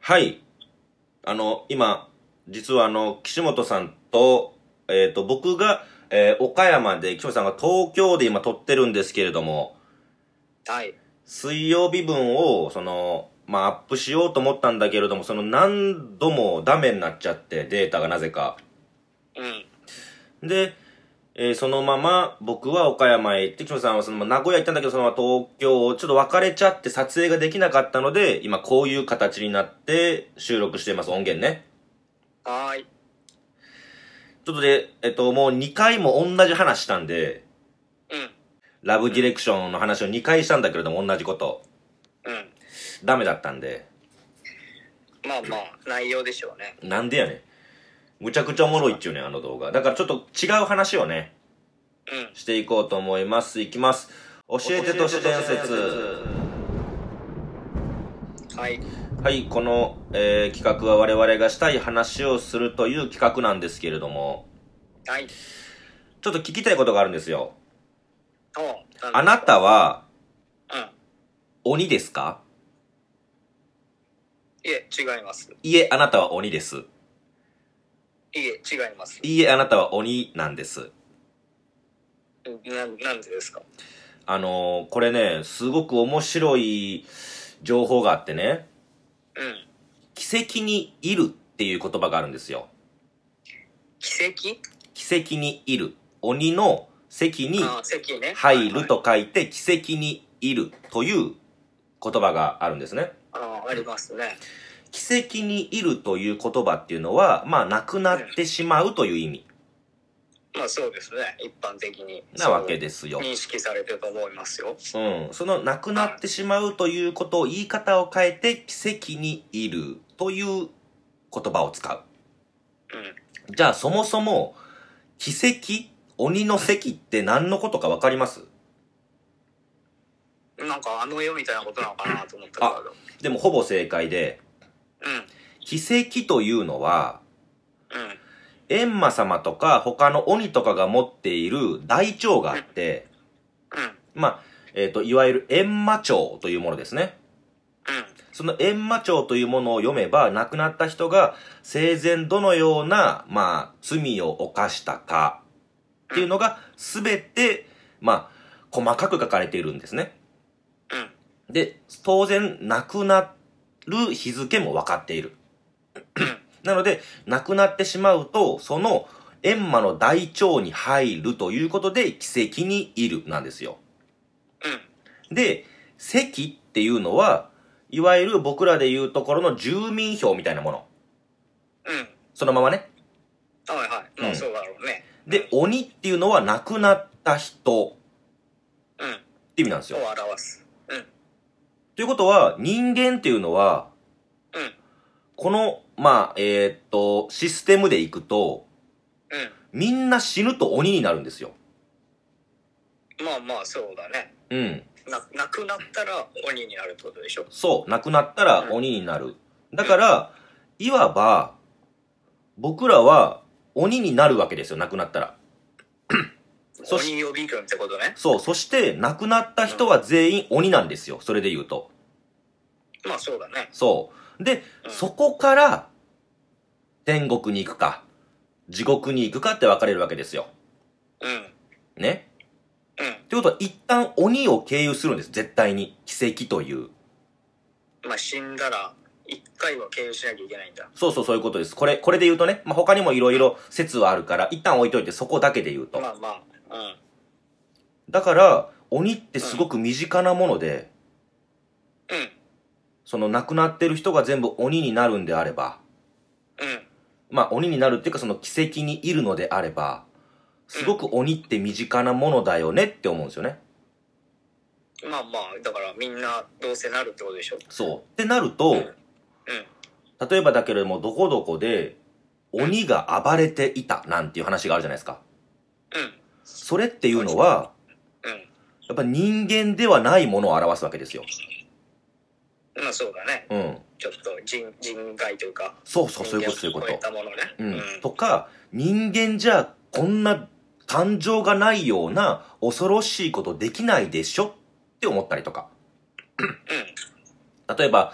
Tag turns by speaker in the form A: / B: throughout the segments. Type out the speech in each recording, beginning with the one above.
A: はい。あの、今、実はあの、岸本さんと、えっ、と、僕が、えー岡山で、岸本さんが東京で今撮ってるんですけれども、
B: はい。
A: 水曜日分を、その、まあ、アップしようと思ったんだけれども、その何度もダメになっちゃって、データがなぜか。
B: うん。
A: で、えーそのまま僕は岡山へ行って、岸本さんはそのまま名古屋行ったんだけど、そのまま東京、ちょっと別れちゃって撮影ができなかったので、今こういう形になって収録しています、音源ね。
B: はーい。
A: ちょっとで、えっと、もう2回も同じ話したんで、
B: うん。
A: ラブディレクションの話を2回したんだけれども、同じこと。
B: うん。
A: ダメだったんで。
B: まあまあ、内容でしょうね。
A: なんでやねん。むちゃくちゃおもろいっちゅうねん、あの動画。だからちょっと違う話をね、
B: うん。
A: していこうと思います。いきます。教えて都市伝説。
B: はい。
A: はい、この、えー企画は我々がしたい話をするという企画なんですけれども、
B: はい。
A: ちょっと聞きたいことがあるんですよ。
B: と、
A: あなたは
B: うん。
A: 鬼ですか
B: いえ、違います。
A: いえ、あなたは鬼です。
B: いえ、違います。
A: いいえ、あなたは鬼なんです。
B: な、なんでですか
A: あのーこれね、すごく面白い情報があってね、
B: うん。
A: 奇跡にいるっていう言葉があるんですよ。
B: 奇
A: 奇跡にいる。鬼の席に
B: 跡ああ、席ね。
A: 入る。と書いて、奇跡にいるという言葉があるんですね。
B: ああ、ありますね。
A: 奇跡にいるという言葉っていうのは、まあ、なくなってしまうという意味
B: まあそうですね。一般的に。
A: なわけです
B: そ
A: よ
B: う。認識されてると思いますよ。
A: うん。その、なくなってしまうということを、言い方を変えて、奇跡にいるという言葉を使う。
B: うん。
A: じゃあ、そもそも、奇跡鬼の席って何のことかわかります
B: なんかあの世みたいなことなのかなと思ったけど。
A: でも、ほぼ正解で、奇跡というのは、
B: うん。うん。
A: 閻魔様とか他の鬼とかが持っている大腸があって、
B: うん。
A: まあ、えっ、と、いわゆる閻魔帳というものですね。その閻魔帳というものを読めば、亡くなった人が生前どのような、まあ、罪を犯したかっていうのが、すべて、まあ、細かく書かれているんですね。
B: うん。
A: で、当然、亡くなる日付も分かってい る。なので、亡くなってしまうと、その、閻魔の大腸に入るということで、奇跡にいる、なんですよ。
B: うん。
A: で、席っていうのは、いわゆる僕らで言うところの住民票みたいなもの。
B: うん。うん。
A: そのままね。
B: はいはい。ま
A: うん
B: あそうだろうね。
A: で、鬼っていうのは亡くなった人
B: うん。
A: って意味なんです
B: を
A: よ。
B: 表す。うん。
A: ということは、人間っていうのは、
B: うん。
A: この、まあ、えーっと、システムでいくと、
B: う
A: みんな死ぬと鬼になるんですよ。
B: ん。まあまあ、そうだね。
A: うん。
B: な、なくなったら鬼になるってことでしょ。
A: そう。亡くなったら鬼になる。だから、いわば、僕らは鬼になるわけですよ。亡くなったら。そし
B: 鬼予備軍ってことね。
A: そう。そして、亡くなった人は全員鬼なんですよ。それで言うと。
B: まあそうだね。
A: そう。で、
B: うん
A: そこから、天国に行くか、地獄に行くかって分かれるわけですよ。
B: うん。
A: ね。
B: うん。
A: ということは、一旦鬼を経由するんです。絶対に。奇跡という。
B: まあ死んだら、一回は経由しなきゃいけないんだ。
A: そうそう、そういうことです。これ、これで言うとね、まあ、他にもいろいろ説はあるから、一旦置いといて、そこだけで言うと。
B: まあまあ、
A: だから、鬼ってすごく身近なもので、
B: うん。
A: その亡くなってる人が全部鬼になるんであれば、
B: うん。うん。
A: まあ、鬼になるっていうか、その奇跡にいるのであれば、すごく鬼って身近なものだよねって思うんですよね。
B: まあまあ、だからみんなどうせなるってことでしょ。
A: そう。ってなると、
B: うんうん。
A: 例えばだけれども、どこどこで、鬼が暴れていたなんていう話があるじゃないですか。
B: うん。
A: それっていうのは、
B: う
A: やっぱ人間ではないものを表すわけですよ。
B: ん。まあそうだね。
A: うん。
B: ちょっと人、人外というか。
A: そうそう、そういうこと、そういう
B: 人
A: こ
B: 間を超え
A: と。
B: たものね。
A: う
B: うん
A: ん。とか、人間じゃ、こんな感情がないような、恐ろしいことできないでしょって思ったりとか。例えば、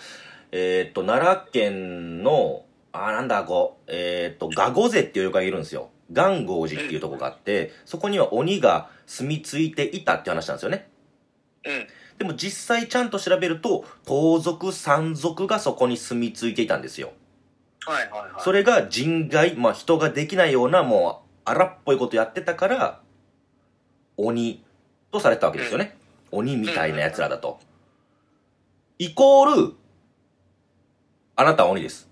A: えーっと、奈良県の、あー、なんだ、こう、えーっと、ガゴゼっていう妖怪がいるんですよ。ガンゴ寺っていうとこがあって、そこには鬼が住み着いていたって話なんですよね。
B: うん。
A: でも実際ちゃんと調べると、盗賊、山賊がそこに住み着いていたんですよ。
B: はいはいはい。
A: それが人外、まあ人ができないような、もう荒っぽいことやってたから、鬼とされたわけですよね。鬼みたいな奴らだと。イコール、あなたは鬼です。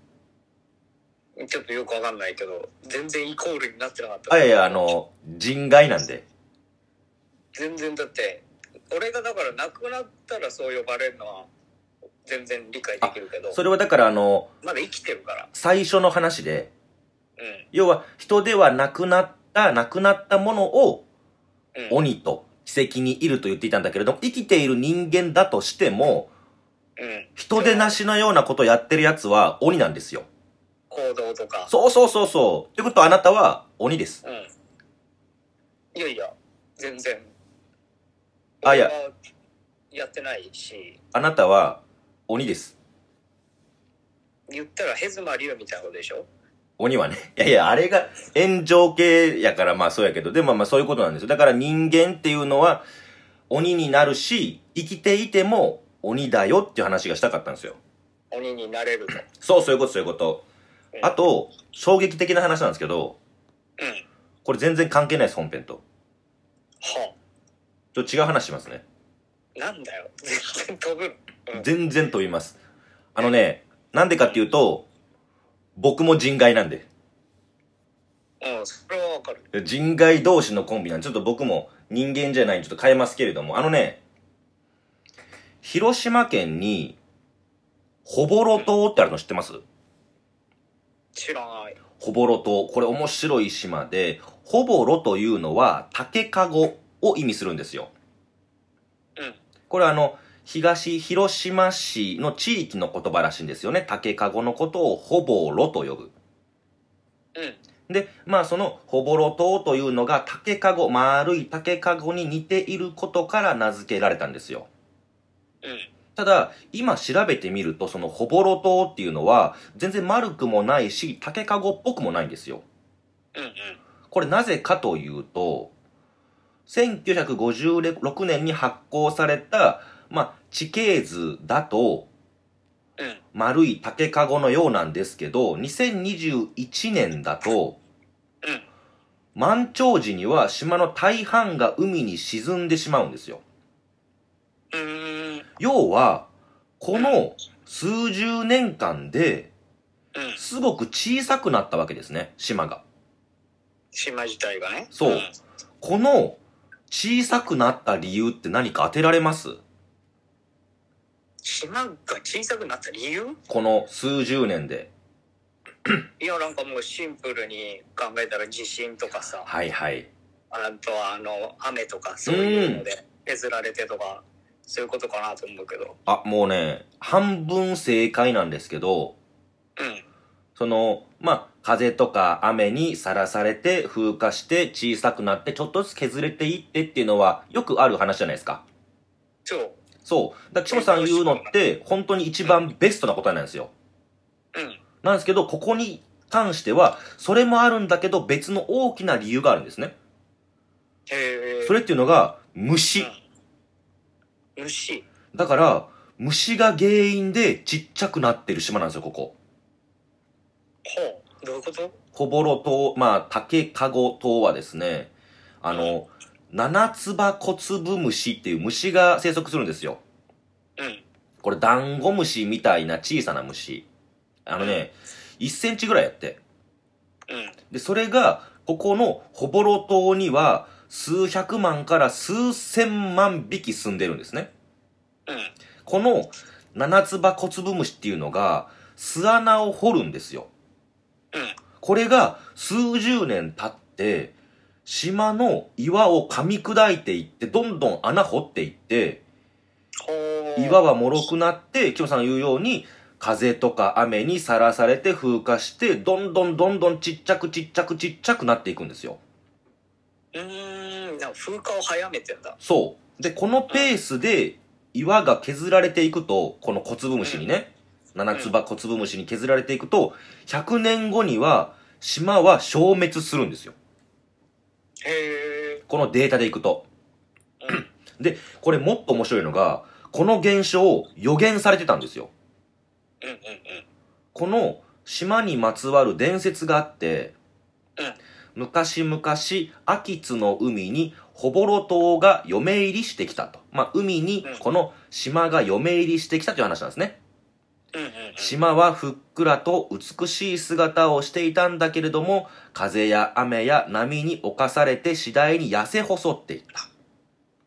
B: ちょっとよくわかんないけど、全然イコールになってなかった。
A: あいやいや、あの、人外なんで。
B: 全然だって、俺がだから亡くなったらそう呼ばれるのは、全然理解できるけど、
A: それはだからあの、
B: まだ生きてるから。
A: 最初の話で、
B: うん。
A: 要は人ではなくなった、なくなったものを
B: うん、
A: 鬼と奇跡にいると言っていたんだけれども、生きている人間だとしても、
B: うん。
A: 人でなしのようなことをやってる奴は鬼なんですよ。
B: 行動とか。
A: そうそうそうそう。ってことはあなたは鬼です。
B: うん。いやいや、全然。
A: あいや。
B: やってないし、
A: あなたは鬼です。
B: 言ったらヘズマリュウみたいなことでしょ
A: 鬼はね。 いやいや、あれが炎上系やからまあそうやけど、でもまあまあそういうことなんですよ。だから人間っていうのは鬼になるし、生きていても鬼だよっていう話がしたかったんですよ。
B: 鬼になれると。
A: そう、そういうこと、そういうこと。
B: うん
A: あと、衝撃的な話なんですけど、
B: うん。
A: これ全然関係ないです、本編と。
B: は
A: ちょっと違う話しますね。
B: あ、なんだよ。全然飛ぶの。うん
A: 全然飛びます。あのね、なんでかっていうと、僕も人外なんで。
B: うん、それはわかる。
A: 人外同士のコンビなんで、ちょっと僕も人間じゃないんでちょっと変えますけれども、あのね、広島県に、ほぼろ島ってあるの知ってます
B: 知らない。
A: ほぼろ島。これ面白い島で、ほぼろというのは竹籠を意味するんですよ。
B: うん。
A: これはあの、東広島市の地域の言葉らしいんですよね。竹籠のことをほぼろと呼ぶ。
B: うん。
A: で、まあそのほぼろ島というのが竹籠、丸い竹籠に似ていることから名付けられたんですよ。
B: うん。
A: ただ、今調べてみると、そのほぼろ島っていうのは、全然丸くもないし、竹籠っぽくもないんですよ。
B: うん。
A: これなぜかというと、1956年に発行された、まあ、地形図だと、
B: うん。うん。
A: 丸い竹籠のようなんですけど、2021年だと、
B: うん。
A: 満潮時には島の大半が海に沈んでしまうんですよ。
B: うーん。
A: 要は、この数十年間で、
B: うん。
A: すごく小さくなったわけですね、島が。
B: 島自体がね。
A: そう
B: うん。
A: この小さくなった理由って何か当てられます
B: 島が小さくなった理由
A: この数十年で。
B: いや、なんかもうシンプルに考えたら地震とかさ、
A: はいはい。
B: あとはあの、雨とかそういうので削られてとか、そういうことかなと思うけど。
A: あ、もうね、半分正解なんですけど、
B: うん。
A: その、まあ、風とか雨にさらされて、風化して、小さくなって、ちょっとずつ削れていってっていうのは、よくある話じゃないですか。
B: そう。
A: そう。だから、岸本さん言うのって、本当に一番ベストな答えなんですよ。
B: うん。
A: なんですけど、ここに関しては、それもあるんだけど、別の大きな理由があるんですね。
B: へえ。
A: それっていうのが、虫。
B: うん虫
A: だから、虫が原因でちっちゃくなってる島なんですよ、ここ。
B: ほう。どういうこと
A: ほぼろ島、まあ、竹籠島はですね、あの、七つ葉小粒虫っていう虫が生息するんですよ。
B: うん。
A: これ、ダンゴムシみたいな小さな虫。あのね、1センチぐらいやって。
B: うん。
A: で、それが、ここのほぼろ島には、数百万から数千万匹住んでるんですね。
B: うん。
A: この、七つ葉小粒虫っていうのが、巣穴を掘るんですよ。
B: うん。
A: これが数十年経って、島の岩を噛み砕いていって、どんどん穴掘っていって、
B: ほう。
A: 岩は脆くなって、キムさんが言うように、風とか雨にさらされて風化して、どんどんどんどんちっちゃくちっちゃくちっちゃくなっていくんですよ。
B: うーん。なんか風化を早めてんだ。
A: そう。で、このペースで岩が削られていくと、この小粒虫にね、七つば小粒虫に削られていくと、100年後には島は消滅するんですよ。
B: へえ。
A: このデータでいくと。
B: うん。
A: で、これもっと面白いのが、この現象を予言されてたんですよ。
B: うんうん
A: この島にまつわる伝説があって、
B: うん
A: 昔々秋津の海にほぼろ島が嫁入りしてきたと。まあ、海に
B: うん
A: この島が嫁入りしてきたという話なんですね。
B: うん。うんうんうん。
A: 島はふっくらと美しい姿をしていたんだけれども、風や雨や波に侵されて次第に痩せ細っていっ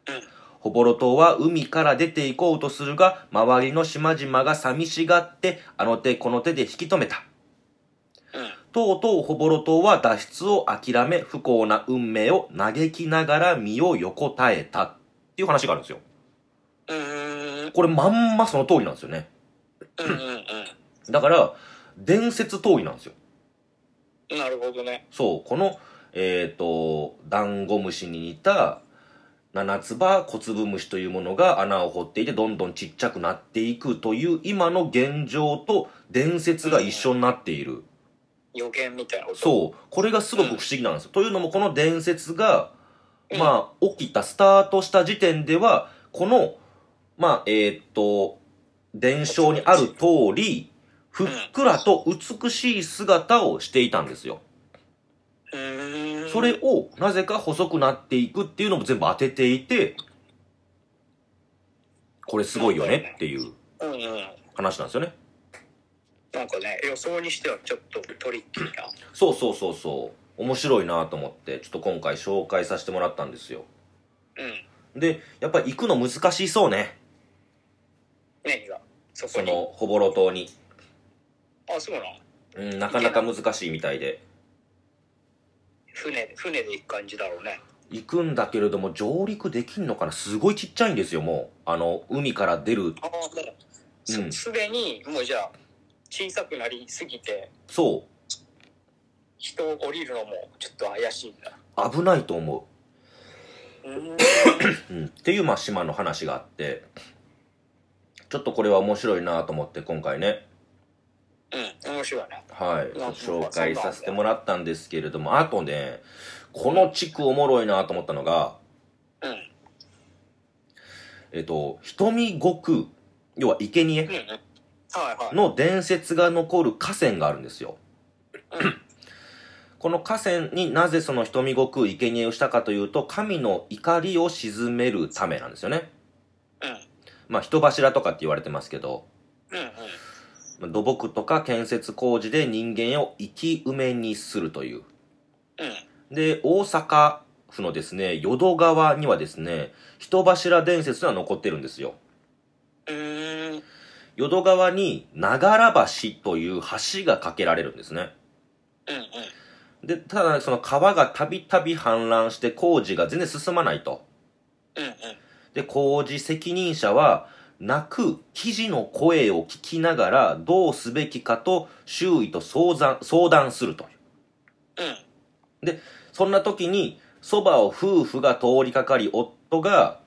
A: た。
B: うん
A: ホボロ島は海から出て行こうとするが、周りの島々が寂しがって、あの手この手で引き止めた。
B: うん。
A: とうとうホボロ島は脱出を諦め、不幸な運命を嘆きながら身を横たえた。っていう話があるんですよ。
B: うーん。
A: これまんまその通りなんですよね。
B: うんうん
A: だから、伝説通りなんですよ。
B: うん。なるほどね。
A: そう、この、えっ、と、ダンゴムシに似た、七つ葉小粒虫というものが穴を掘っていて、どんどんちっちゃくなっていくという、今の現状と伝説が一緒になっている。
B: 予言みたいなこと。
A: そう、これがすごく不思議なんですよ。というのも、この伝説が、
B: うん
A: まあ、起きた、スタートした時点では、この、まあ、えっ、と、伝承にある通り、ふっくらと美しい姿をしていたんですよ。
B: うーん。
A: それをなぜか細くなっていくっていうのも全部当てていて、これすごいよねっていう
B: うんうん。
A: 話なんですよね。
B: なんかね、予想にしてはちょっとトリッキーな。
A: そうそうそうそう。面白いなと思って、ちょっと今回紹介させてもらったんですよ。
B: うん。
A: で、やっぱり行くの難しそうね。
B: 何がそこ
A: そ
B: に。
A: の、ほぼろ島に。
B: あ、そうなの
A: うん、なかなか難しいみたいで。
B: 船、船で行く感じだろうね。
A: 行くんだけれども、上陸できんのかなすごいちっちゃいんですよ、もう。あの、海から出る。
B: ああ、もうす
A: うん
B: すでに、もうじゃあ、小さくなりすぎて、
A: そ
B: 人を降りるのもちょっと怪しいんだ。
A: う。危ないと思
B: うーん。
A: う。うん。っていう、まあ、島の話があって。ちょっとこれは面白いなと思って、今回ね。
B: うん、面白いね。
A: はい。
B: な
A: 紹介させてもらったんですけれども、あとね、この地区おもろいなと思ったのが、
B: うん。うん
A: えっと、瞳悟空、要は生贄
B: うん。はいはい。
A: の伝説が残る河川があるんですよ。
B: うん
A: この河川になぜその瞳悟空生贄をしたかというと、神の怒りを鎮めるためなんですよね。
B: うん。
A: まあ、人柱とかって言われてますけど、
B: うんうん。
A: まあ土木とか建設工事で人間を生き埋めにするという。
B: うん。
A: で、大阪府のですね、淀川にはですね、人柱伝説が残ってるんですよ。
B: うーん。
A: 淀川に長良橋という橋が架けられるんですね。
B: うんうん。
A: で、ただその川がたびたび氾濫して工事が全然進まないと。
B: うんうん。
A: で、工事責任者は、泣く記事の声を聞きながらどうすべきかと周囲と相談相談するという。
B: うん。
A: そんな時に、そばを夫婦が通りかかり、夫が、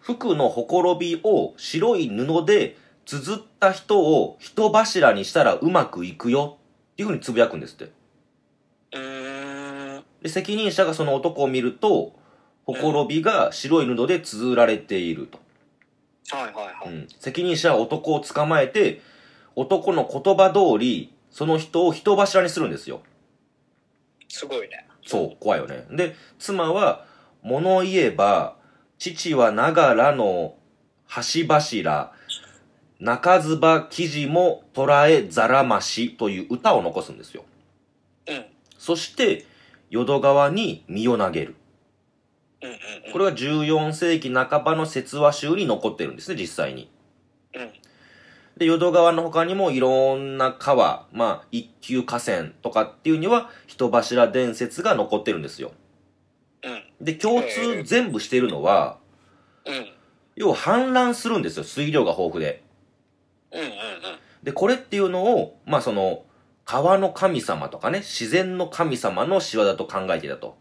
A: 服のほころびを白い布で綴った人を人柱にしたらうまくいくよっていうふうにつぶやくんですって。
B: うーん。
A: で、責任者がその男を見ると、ほころびが白い布で綴られていると。
B: はいはいは
A: う
B: い。
A: ん。責任者は男を捕まえて、男の言葉通り、その人を人柱にするんですよ。
B: すごいね。
A: そう、怖いよね。で、妻は、物言えば、父はながらの橋柱、中ずば記事も捉えざらましという歌を残すんですよ。
B: うん。
A: そして、淀川に身を投げる。
B: うんうんうん。
A: これは14世紀半ばの説話集に残ってるんですね、実際に。
B: うん。
A: で、淀川の他にもいろんな川、まあ、一級河川とかっていうには、人柱伝説が残ってるんですよ。
B: うん。
A: で、共通全部してるのは、
B: うん。
A: 要は氾濫するんですよ、水量が豊富で。
B: うんうんうん。
A: で、これっていうのを、まあその、川の神様とかね、自然の神様の仕業だと考えていたと。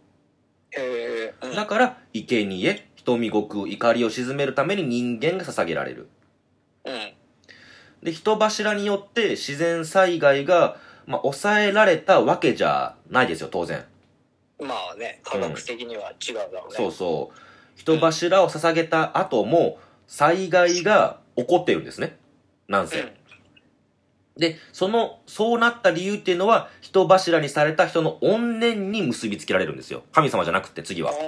B: へえ。うん
A: だから、生贄、瞳悟空、怒りを鎮めるために人間が捧げられる。
B: うん。
A: で、人柱によって自然災害が、まあ、抑えられたわけじゃないですよ、当然。
B: まあね、科学的には違うだろうね。
A: そうそう。人柱を捧げた後も、災害が起こっているんですね。なんせ。で、その、そうなった理由っていうのは、人柱にされた人の怨念に結びつけられるんですよ。神様じゃなくて、次
B: うん。あ
A: は。
B: ー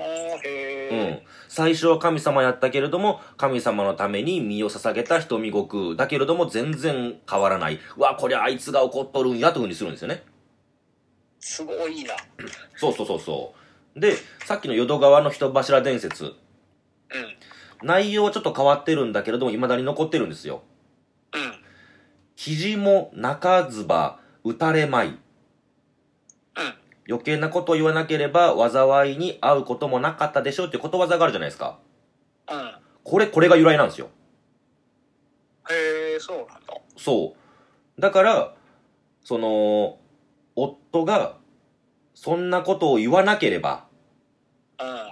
A: う
B: へ
A: ん。最初は神様やったけれども、神様のために身を捧げた人見国。だけれども、全然変わらない。うわ、こりゃあいつが怒っとるんや、というふうにするんですよね。
B: ーすごいな。
A: そうそうそうそう。で、さっきの淀川の人柱伝説。
B: うん。
A: 内容はちょっと変わってるんだけれども、未だに残ってるんですよ。
B: うん。
A: 肘も中ずば、打たれまい。
B: うん。
A: 余計なことを言わなければ災いに遭うこともなかったでしょうっていうことわざがあるじゃないですか。
B: うん。
A: これ、これが由来なんですよ。
B: へえ、そうなんだ。
A: そう。だから、その、夫が、そんなことを言わなければ、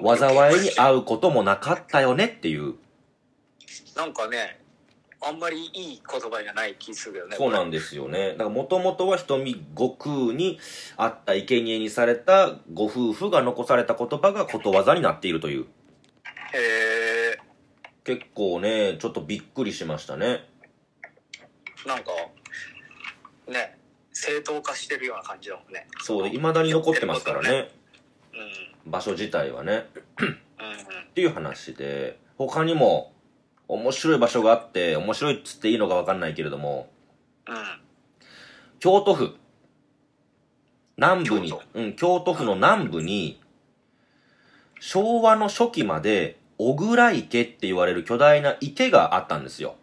B: うん。
A: 災いに遭うこともなかったよねっていう。
B: なんかね、あんまりいい言葉じゃない気するよね。
A: そうなんですよね。だから、もともとは瞳悟空にあった生贄にされたご夫婦が残された言葉がことわざになっているという。
B: これへえ、
A: 結構ね、ちょっとびっくりしましたね。
B: なんか、ね、正当化してるような感じだもんね。
A: そうで、未だに残ってますからね。
B: うん。うん。
A: 場所自体はね。
B: うん。
A: っていう話で、他にも面白い場所があって、面白いっつっていいのかわかんないけれども、
B: うん。
A: 京都府、南部に
B: 京、
A: うん、京都府の南部に、昭和の初期まで、小倉池って言われる巨大な池があったんですよ。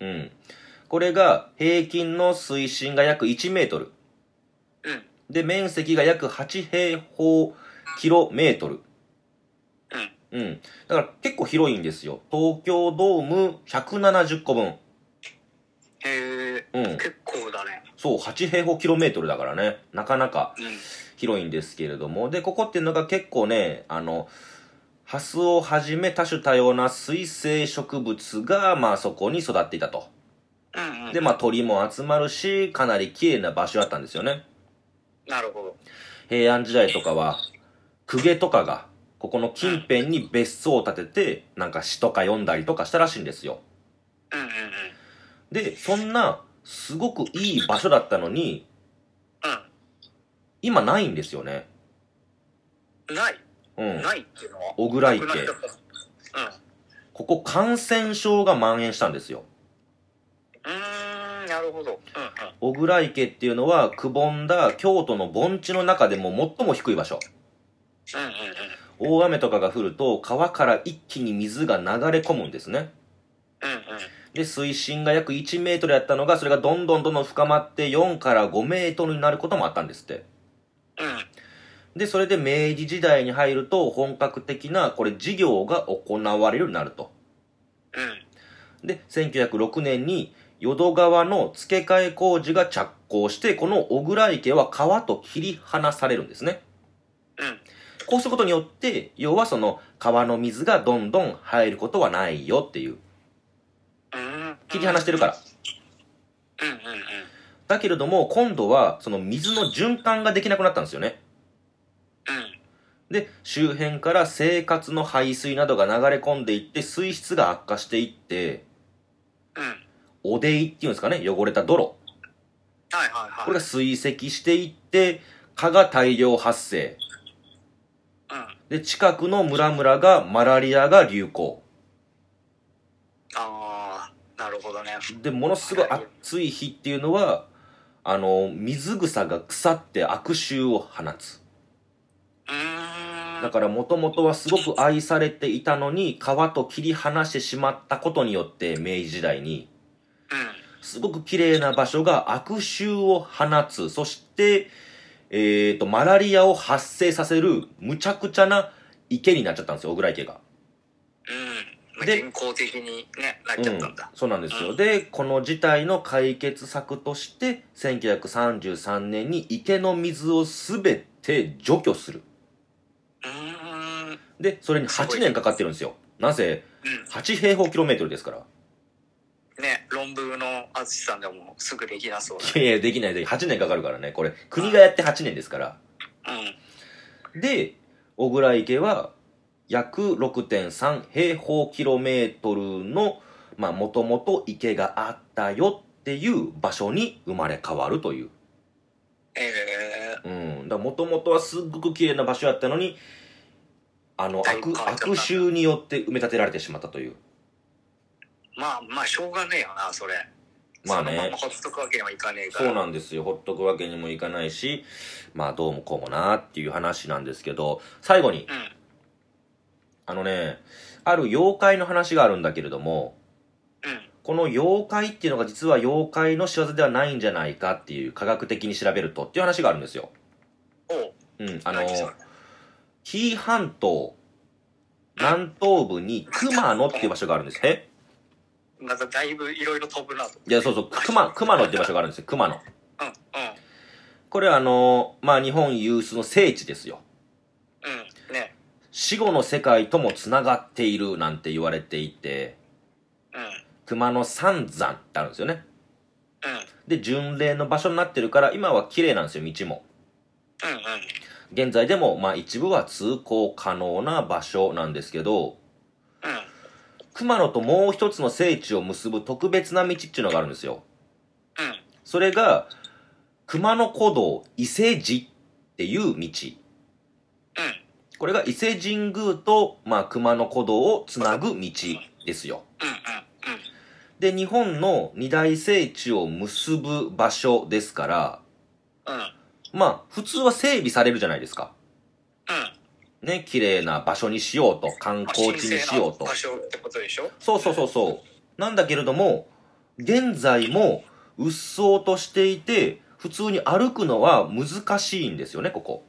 B: うん。
A: うん。これが平均の水深が約1メートル。
B: うん。
A: で、面積が約8平方キロメートル。
B: うん。
A: うん。だから結構広いんですよ。東京ドーム170個分。
B: へえ、
A: うん。
B: 結構だね。
A: そう、8平方キロメートルだからね。なかなか
B: うん。
A: 広いんですけれども。で、ここっていうのが結構ね、あの、ハスをはじめ多種多様な水生植物が、まあそこに育っていたと。
B: うん、うん。
A: で、まあ鳥も集まるし、かなり綺麗な場所だったんですよね。
B: なるほど。
A: 平安時代とかは、公家とかが、ここの近辺に別荘を建てて、なんか詩とか読んだりとかしたらしいんですよ。
B: うんうんうん。
A: で、そんな、すごくいい場所だったのに、今ないんですよね。
B: うん。ない、
A: うん。
B: ないっていうのは。
A: 小倉
B: なくなっ
A: 池
B: ちゃ。った。うん。
A: ここ感染症が蔓延したんですよ。
B: うーん、なるほど。うんう
A: 小
B: ん。
A: 倉池っていうのは、くぼんだ京都の盆地の中でも最も低い場所。
B: うんうんうん。
A: 大雨とかが降ると、川から一気に水が流れ込むんですね。
B: うん
A: で、水深が約1メートルやったのが、それがどんどんどんどん深まって4から5メートルになることもあったんですって。
B: うん。うん。
A: で、それで明治時代に入ると、本格的な、これ事業が行われるようになると。
B: うん。
A: で、1906年に淀川の付け替え工事が着工して、この小倉池は川と切り離されるんですね。
B: うん。
A: こうすることによって、要はその川の水がどんどん入ることはないよっていう。
B: うん。
A: 切り離してるから。。
B: うんうんうん。
A: だけれども、今度はその水の循環ができなくなったんですよね。
B: うん。
A: で、周辺から生活の排水などが流れ込んでいって、水質が悪化していって、
B: うん。
A: おでいっていうんですかね、汚れた泥。
B: はいはいはい。
A: これが水積していって、蚊が大量発生。
B: うん。
A: で、近くの村々がマラリアが流行。
B: ああ、なるほどね。
A: で、ものすごい暑い日っていうのは、あの、水草が腐って悪臭を放つ。
B: うーん。
A: だから元々はすごく愛されていたのに、川と切り離してしまったことによって、明治時代に、
B: う
A: すごく綺麗な場所が悪臭を放つ。そして、えっ、と、マラリアを発生させる、むちゃくちゃな池になっちゃったんですよ、小倉池が。
B: ん。うん。
A: で
B: 人工的にね、なっちゃったんだ
A: う。そうなんですよ、
B: うん
A: でこの事態の解決策として1933年に池の水を全て除去する
B: うーん。うん。
A: でそれに
B: すご
A: 8
B: い
A: 年かかってるんですよなぜ8平方キロメートルですから
B: ね、ロ4分の淳さんでもすぐできなそう
A: いやいや、できないできない8年かかるからね。これ、国がやって8年ですから。
B: だ。うん。
A: で、小倉池は、約6.3平方キロメートルの、まあ、もともと池があったよっていう場所に生まれ変わるという。
B: え
A: うん。だもともとはすっごく綺麗な場所やったのに、あの、
B: だいぶ
A: 悪、
B: 変わっちゃった
A: 悪臭によって埋め立てられてしまったという。
B: ー、まあまあしょうがねえよな、それ。
A: まあね
B: そのままほっとくわけにはいかねえから。
A: そうなんですよ。ほっとくわけにもいかないし、まあ、どうもこうもなっていう話なんですけど、最後に、
B: うん。
A: あのね、ある妖怪の話があるんだけれども、
B: うん。
A: この妖怪っていうのが実は妖怪の仕業ではないんじゃないかっていう科学的に調べるとっていう話があるんですよ。
B: おう。
A: うん、あの、
B: 何それ
A: 紀伊半島南東部に熊野っていう場所があるんです。え
B: まただいぶいろいろ飛ぶなと。
A: いや、そうそう、熊、熊野っていう場所があるんですよ、熊野。
B: うん。うん。
A: これはあの、まあ日本有数の聖地ですよ。
B: うん。ね。
A: 死後の世界ともつながっているなんて言われていて、
B: うん。うん。
A: 熊野三山ってあるんですよね。で、巡礼の場所になってるから、今は綺麗なんですよ、道も。
B: うん。うん。
A: 現在でも、まあ一部は通行可能な場所なんですけど、
B: うん。
A: 熊野ともう一つの聖地を結ぶ特別な道っていうのがあるんですよ。
B: うん。
A: それが、熊野古道伊勢寺っていう道。
B: うん。
A: これが伊勢神宮と、まあ熊野古道をつなぐ道ですよ。
B: うんうん
A: で、日本の二大聖地を結ぶ場所ですから、
B: うんうん
A: まあ普通は整備されるじゃないですか。ね、綺麗な場所にしようと、観
B: まあ
A: 光地にしよう
B: 神聖
A: と
B: な場。所ってことでしょ
A: そうそうそうそう。なんだけれども、現在も鬱蒼としていて、普通に歩くのは難しいんですよね、ここ。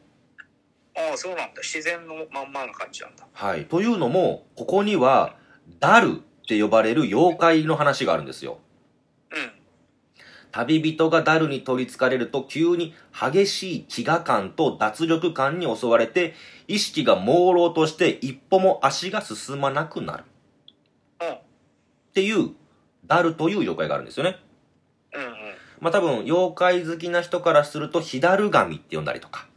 B: ああそうなんだ自然のまんまの感じなんだ
A: はい。というのも、ここには、ダルって呼ばれる妖怪の話があるんですよ。
B: うん
A: 旅人がダルに取り憑かれると急に激しい飢餓感と脱力感に襲われて、意識が朦朧として一歩も足が進まなくなる。っていう、ダルという妖怪があるんですよね。
B: うんうんうん
A: まあ、多分、妖怪好きな人からすると、ヒダル神って呼んだりとか、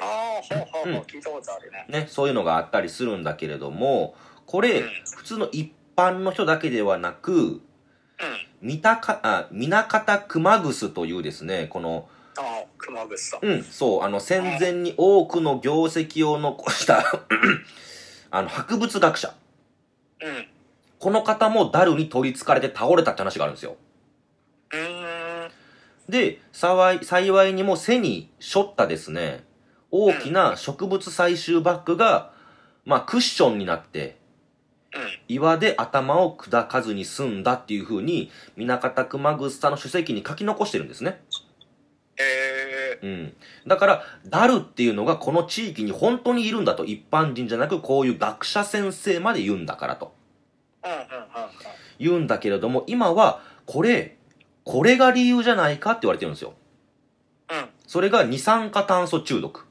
B: ああほうほう
A: うん
B: ほう聞いたことあるね
A: ね、そういうのがあったりするんだけれども、これ、
B: うん
A: 普通の一般の人だけではなく、
B: うん
A: 三鷹あ南方熊楠というですね、この、
B: ああ熊楠さん
A: うん、そう、あの、戦前に多くの業績を残した、 あの、博物学者。
B: うんう
A: この方もダルに取り憑かれて倒れたって話があるんですよ。
B: ーん
A: で、幸い、幸いにも背に背負ったですね、大きな植物採集バッグが、まあクッションになって、
B: うん
A: 岩で頭を砕かずに済んだっていう風に、南方熊楠さんの書籍に書き残してるんですね。
B: ええ
A: うん。だから、ダルっていうのがこの地域に本当にいるんだと、一般人じゃなくこういう学者先生まで言うんだからと。
B: うんうんうんうん
A: 言うんだけれども、今は、これ、これが理由じゃないかって言われてるんですよ。
B: うん
A: それが二酸化炭素中毒。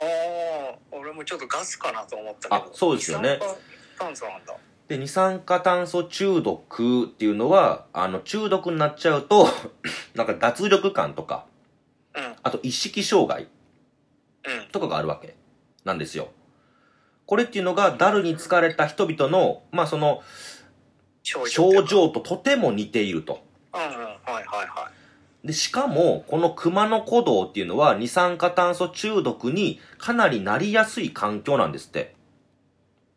B: ああ俺もちょっとガスかなと思ったけど
A: あそうですよね
B: 二酸化炭素なんだ
A: で、二酸化炭素中毒っていうのは、あの、中毒になっちゃうと、 なんか脱力感とか、
B: うん
A: あと意識障害
B: うん
A: とかがあるわけなんですよ。これっていうのが、ダルに疲れた人々の、まあその、
B: 症
A: 症
B: 状
A: 状ととても似ていると。
B: うんうんはいはいは
A: で、しかも、この熊野古道っていうのは、二酸化炭素中毒にかなりなりやすい環境なんですって。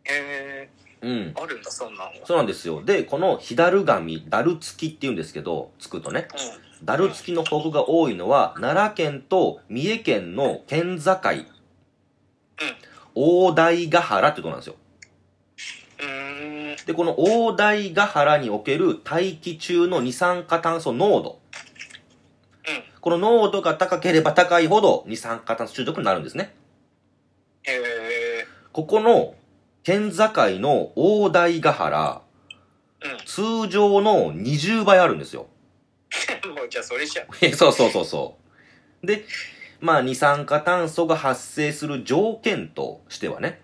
B: いへえ
A: うん。
B: あるんだそんなのが
A: そうなんですよ。で、この左神、ダル付きっていうんですけど、つくとね。
B: う
A: ダル付きの報告が多いのは、奈良県と三重県の県境。大台ヶ原ってとこなんですよ。
B: んうーん
A: で、この大台ヶ原における大気中の二酸化炭素濃度。
B: うん
A: この濃度が高ければ高いほど二酸化炭素中毒になるんですね。
B: へえ
A: ここの県境の大台ヶ原、
B: うん
A: 通常の20倍あるんですよ。
B: もうじゃあそれじゃん
A: え そうそうそうそう。で、まあ二酸化炭素が発生する条件としてはね、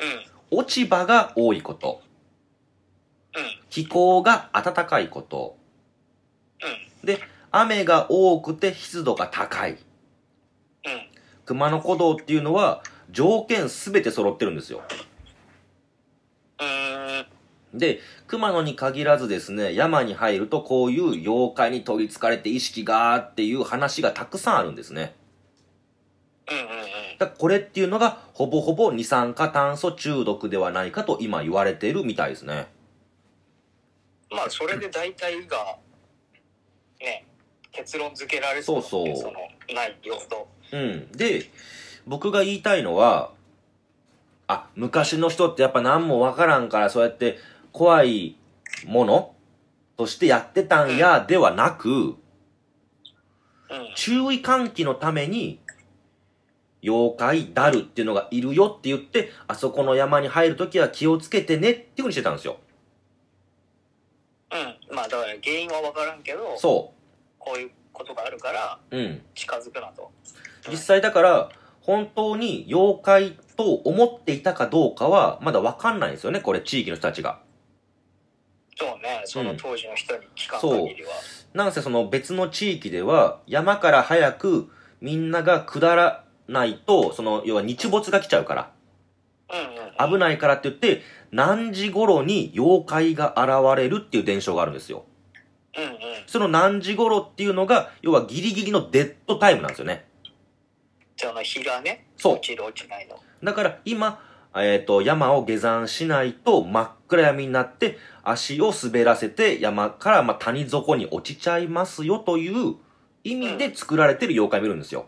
B: うん
A: 落ち葉が多いこと、
B: うん
A: 木気候が暖かいこと。
B: う
A: で、雨が多くて湿度が高い。
B: ん、うん。
A: 熊野古道っていうのは条件すべて揃ってるんですよ。
B: うーん。
A: で、熊野に限らずですね、山に入るとこういう妖怪に取り憑かれて意識がっていう話がたくさんあるんですね。
B: うんうんうん。
A: だからこれっていうのがほぼほぼ二酸化炭素中毒ではないかと今言われているみたいですね。
B: まあ、それで大体が、ね、結論付けられです
A: そうそう
B: その内容と。
A: うん。で、僕が言いたいのは、あ、昔の人ってやっぱ何もわからんからそうやって怖いものとしてやってたんやではなく、
B: うん。
A: 注意喚起のために、妖怪ダルっていうのがいるよって言って、あそこの山に入るときは気をつけてねっていうふうにしてたんですよ。
B: うん。まあ、だから原因は分からんけど、
A: そ
B: こういうことがあるから、
A: う。うん。
B: 近づくなと。
A: 実際だから、本当に妖怪と思っていたかどうかは、まだわかんないんですよね、これ、地域の人たちが。
B: そうね、その当時の人に聞かん限りは。
A: なんせその別の地域では、山から早くみんなが下らないと、その、要は日没が来ちゃうから。
B: うんうん。
A: 危ないからって言って、何時頃に妖怪が現れるっていう伝承があるんですよ。
B: うんうん。
A: その何時頃っていうのが、要はギリギリのデッドタイムなんですよね。
B: その日がね、
A: そう
B: 落ちる落ちないの。
A: だから今、えっ、と、山を下山しないと真っ暗闇になって、足を滑らせて山から、まあ、谷底に落ちちゃいますよという意味で作られてる妖怪を見るんですよ。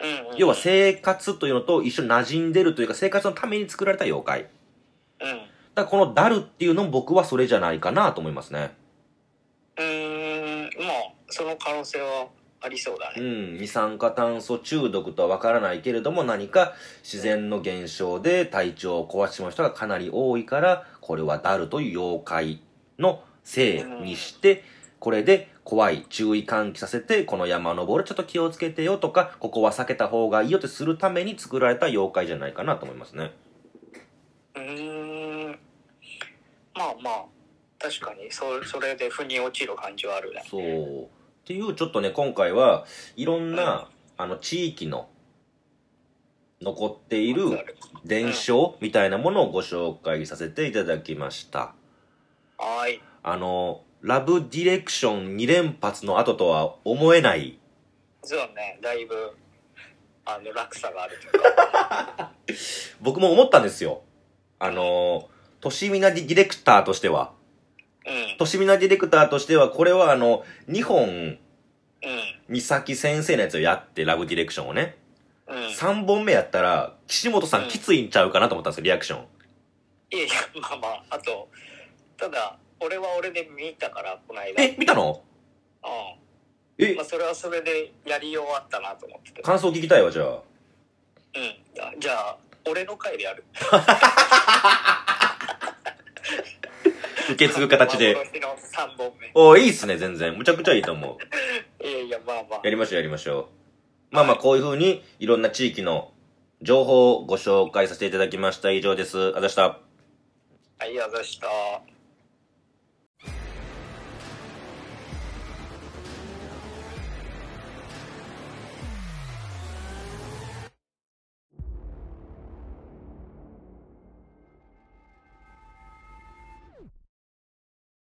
B: うん、うん。
A: 要は生活というのと一緒に馴染んでるというか生活のために作られた妖怪。
B: うん。
A: だからこのダルっていうのも僕はそれじゃないかなと思いますね。
B: うーん、まあ、その可能性はありそうだ
A: う
B: ね。
A: ん、二酸化炭素中毒とはわからないけれども何か自然の現象で体調を壊してしまう人がかなり多いから、これはダルという妖怪のせいにして、これで怖い注意喚起させて、この山登るちょっと気をつけてよとか、ここは避けた方がいいよってするために作られた妖怪じゃないかなと思いますね。
B: うーん。まあまあ、確かに、そそれで腑に落ちる感じはあるね。
A: そう。っていう、ちょっとね、今回はいろんな、あの、地域の残ってい
B: わか
A: る
B: る
A: 伝承みたいなものをご紹介させていただきました。
B: はーい。
A: あの、ラブディレクション2連発の後とは思えない。
B: 実はね、だいぶ、あの、落差があるという か。
A: 僕も思ったんですよ。あの、としみなディレクターとしては。
B: うん。
A: としみなディレクターとしては、これはあの、2本、
B: うん。
A: 三崎先生のやつをやって、ラブディレクションをね。
B: うん。
A: 3本目やったら、岸本さ
B: うん
A: んきついんちゃうかなと思ったんですよ、リアクション。
B: いやいや、まあまあ、あと、ただ、俺は俺で見たから、この間。
A: え、見たの
B: う
A: え
B: ん。まあ、、それはそれでやり終わったなと思ってて。
A: 感想聞きたいわ、じゃあ。
B: うん。あじゃあ、俺の回でやる。
A: 受け継ぐ形で。
B: 幻の3本目。
A: おーいいっすね、全然。むちゃくちゃいいと思う。
B: いやいや、まあまあ。
A: やりましょう、やりましょう。まあまあ、こういう風に、いろんな地域の情報をご紹介させていただきました。以上です。ありがとうございました。
B: はい、ありがとうございました。